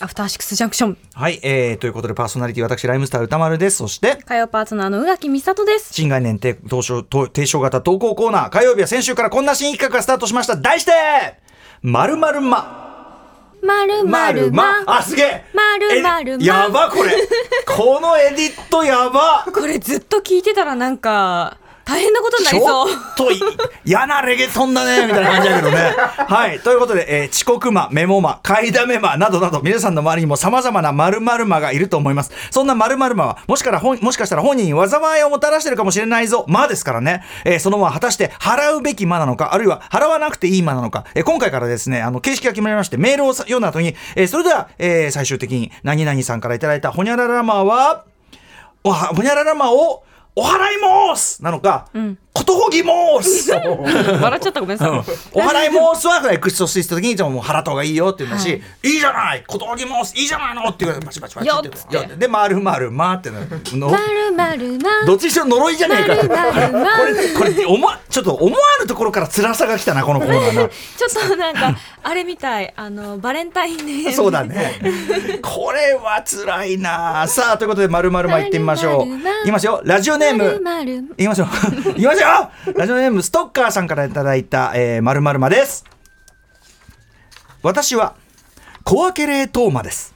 アフターシックスジャンクションはい、えー、ということでパーソナリティ私ライムスター歌丸ですそして火曜パートナーの宇垣美里です新概念提投書と提唱型投稿コーナー火曜日は先週からこんな新企画がスタートしました題してまるまるままるまるまあすげえ〇〇まえや ばこれこのエディットやばこれずっと聞いてたらなんか大変なことになりそうちょっとい嫌なレゲトンだねみたいな感じだけ どね。はい。ということで、えー遅刻魔、メモ魔、買いだめ魔などなど、皆さんの周りにも様々な〇〇魔がいると思います。そんな〇〇魔は、もしから本、もしかしたら本人に災いをもたらしてるかもしれないぞ、魔ですからね。えーその魔は果たして払うべき魔なのか、あるいは払わなくていい魔なのか、えー今回からですね、あの、形式が決まりまして、メールをさ読んだ後に、えーそれでは、えー最終的に、何々さんからいただいたほにゃらら魔は、おは、ほにゃららまを、お払いもーすなのか、ことほぎもー す笑っちゃったごめんなさいお払いもーすは、エクストシストの時に、じゃあもう払った方がいいよって言うんだし、い、いじゃないことほぎもーすいいじゃないのって言うから、バチバチバチよっつってやって。で、まるまるまってなる。のまるまるまどっちにしろ呪いじゃねえか。こまるまるまれ、これ、思わ、ちょっと思わぬところから辛さが来たな、このコーナーな。ちょっとなんかあれみたいあのバレンタインデーそうだね。これは辛いなさあ、ということで、まるまるまいってみましょ〇う。〇まいきますよ。ラジオネーム。まるまるいきましょう。 いきましょうラジオネーム、ストッカーさんからいただいた、えー、まるまるまです。私は、小分け冷凍まです。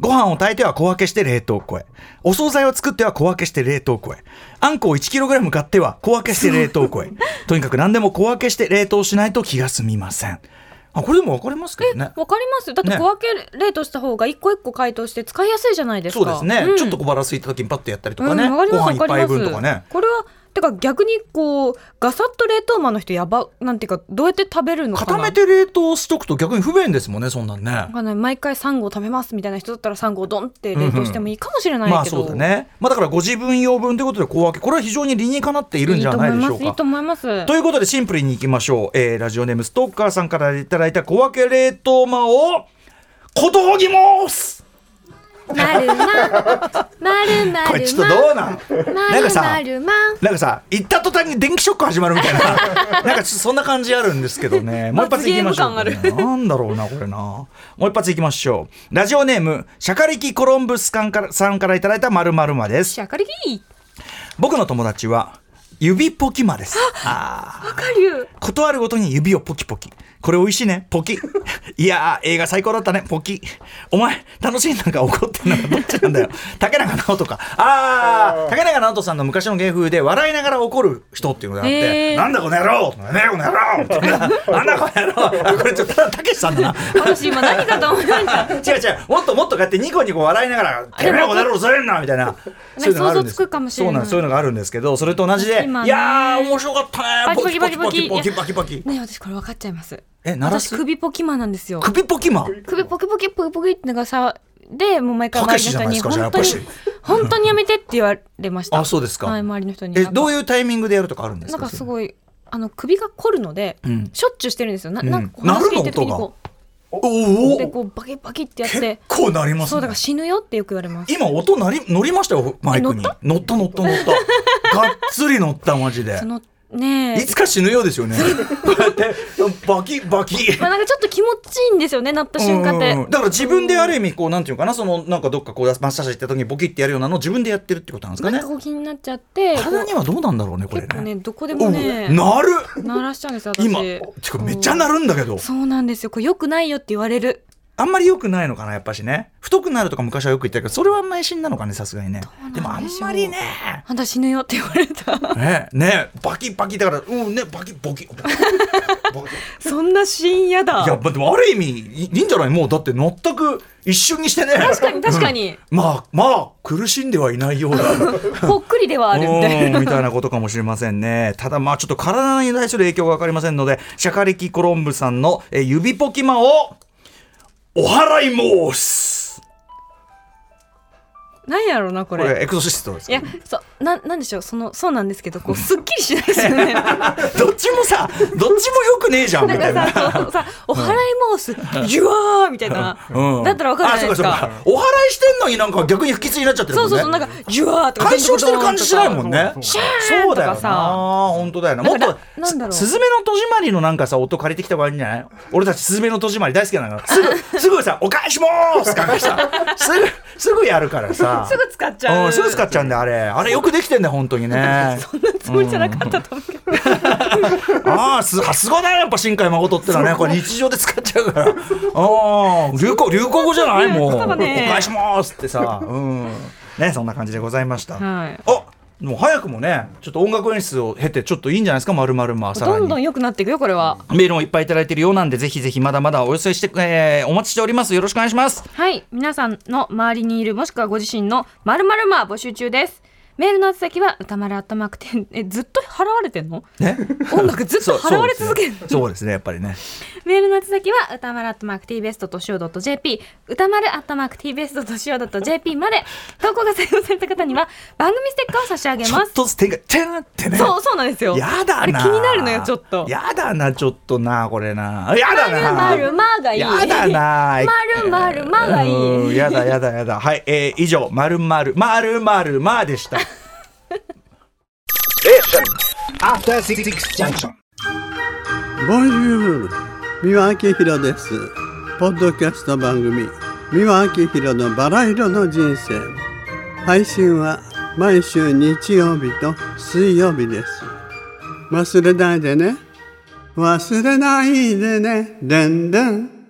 ご飯を炊いては小分けして冷凍庫へ。お惣菜を作っては小分けして冷凍庫へ。あんこを 1kg 買っては小分けして冷 凍庫へ。とにかく何でも小分けして冷凍しないと気が済みません。あ、これでもわかりますけどね。わかりますだってね小分け冷凍した方が一個一個解凍して使いやすいじゃないですかそうですね、んちょっと小腹空いた時にパッとやったりとかね、うんわかりごま飯す一わかり杯ます分とかねこれはてか逆にこうガサッと冷凍マンの人やばなんていうかどうやって食べるのかな固めて冷凍しとくと逆に不便ですもんねそんなんね、わかんない毎回サンゴを食べますみたいな人だったらサンゴをドンって冷凍してもいいかもしれないまあけそど、うだね。まあだからご自分用分ということで小分け、これは非常に理にかなっているんじゃないでしょういいとか。思いますいいと思いますということでシンプルにいきましょう。えーラジオネームストッカーさんからいただいた小分け冷凍魔を、ことほぎますまるままるまるまこれちょっとどうなんまなんかるさまるまなんかさ、行った途端に電気ショック始まるみたいな、なんかちょっとそんな感じあるんですけどね。もう一発いきましょう、罰ゲームなんだろうな、これな。もう一発いきましょう。ラジオネーム、シャカリキコロンブスさんからさんからいただいたまるまるまです。シャカリキ僕の友達は、指ポキマです。あー。わかる断るごとに指をポキポキ。これ美味しいね。ポキ。いやー、映画最高だったね。ポキ。お前、楽しいなんか怒って んのかどっちなんだよ。竹中直人か。あー、竹中直人さんの昔の芸風で笑いながら怒る人っていうのがあって、へーなんだこの野郎なんだこの野郎みたいな なんだこの野郎あこれちょっと、たけしさんだな。私今何かと思いました違う違う、もっともっとこうやってニコニコ笑いながら、てめえこの野郎、それんなみたいな。そういうのがあるんで想像つすくかもしれないそうなんですそういうのがあるんですけど、それと同じで、今ねいやー、面白かったね。パキパキパキポキポキポキ。ねえ私これ分かっちゃいますえ鳴ら私す首ポキマンなんですよ首ポキマン首ポキポキポキポキってのがさでもう毎回たけしじゃ周ないでりすのか人に本当に本じゃあやっ当にやめてって言われましたあそうですかはい周りの人になえんかどういうタイミングでやるとかあるんですなかんかすいごいあの首が凝るので、うんしょっちゅうしてるんですよな,、うんなんかこう話聞いてる時になるのこおうおでこうバキバキってやっ結て構なりますねそうだから死ぬよってよく言われます今音なり乗りましたよマイクに乗った乗った乗った がっつり乗ったマジでそのねえいつか死ぬようですよねこうやってバキバキまあ、なんかちょっと気持ちいいんですよねなった瞬間って、うんうんうんだから自分である意味こうなんていうのかなそのなんかどっかこうマッサージ行った時にボキってやるようなのを自分でやってるってことなんですかなねんかこう気になっちゃって体にはどうなんだろうねここうれ結構ねねどこでおもうねなる鳴らしちゃうんですよ私今てかめっちゃなるんだけどそうなんですよこれよくないよって言われるあんまり良くないのかな、やっぱしね。太くなるとか昔はよく言ったけど、それはあんまり死んだのかね、さすがにね。うなんででしょもうあんまりね。あんた死ぬよって言われ たね、ね、バキバキだから、うんね、バキボキ。ボキボキ いそんなシーンやだや、までもある意味、いいいんじゃないもうだって全く一瞬にしてね。確かに確かに、まあ、まあ、苦しんではいないようだ。ぽっくりで はあるみたいなうんみたいなことかもしれませんね。ただまあ、ちょっと体に対する影響がわかりませんので、シャカリキコロンブさんのえ指ポキマを、お払い申す。なんやろうなここれれ、エクソシストですいやそうななんでしょうそのそうなんですけどこうすっきりしないですよね どっちもさどっちもよくねえじゃんみた ないんかな。さこうさお払い申すジュワーみたいな、だったらわかるじゃないですあそうかそうそうお祓いしてんのになんか逆に不吉になっちゃってるそもうんそね。うそうなんかジュワーとか解消してる感じしないもんね。シャーンとかな。さ本当だよな。もっなとんかななんだろ、うすすずめの戸締まりのなんかさ、音借りてきた方がいいんじゃない俺たちすずめの戸締まり大好きだから、す ぐ、すぐさ、お返しもーすからさ、すぐ、すぐやるからさ。すぐ使っちうゃんうすぐ使っちゃうんだよあれあれよくできてんだよ本当 にねそんなつもりじゃなかったと思うけど、ああすさすがだよやっぱ新海誠ってのはねこれ日常で使っちゃうからああ流行流行語じゃないもう、そうだねお返しもーすってさうんねそんな感じでございました、はいあもう早くもねちょっと音楽演出を経てちょっといいんじゃないですかまるまるまさらどんどんに良くなっていくよこれはメールもいっぱいいただいてるようなんでぜひぜひまだまだお寄せして、えーお待ちしておりますよろしくお願いしますはい皆さんの周りにいるもしくはご自身のまるまるま募集中ですメールの宛先は歌丸アットマーク10えずっと払われてんのね音楽ずっと払われ続けるのそうそうですねそうですねやっぱりねメールの宛先は歌丸アットマーク tbest.co.jp 歌丸アットマーク tbest.co.jp まで投稿が採用された方には番組ステッカーを差し上げちょまっすとずつ手がてんってねそうそうなんですよやだなあれ気になるのよちょっとやだなちょっとなこれなやだなまるまるまがいいやだなまるまるまがいいうんやだやだやだはいえー以上まるまるまるまるまでした After Six Junction. ボンジュール三輪明宏ですポッドキャスト番組三輪明宏のバラ色の人生配信は毎週日曜日と水曜日です忘れないでね忘れないでねでんでん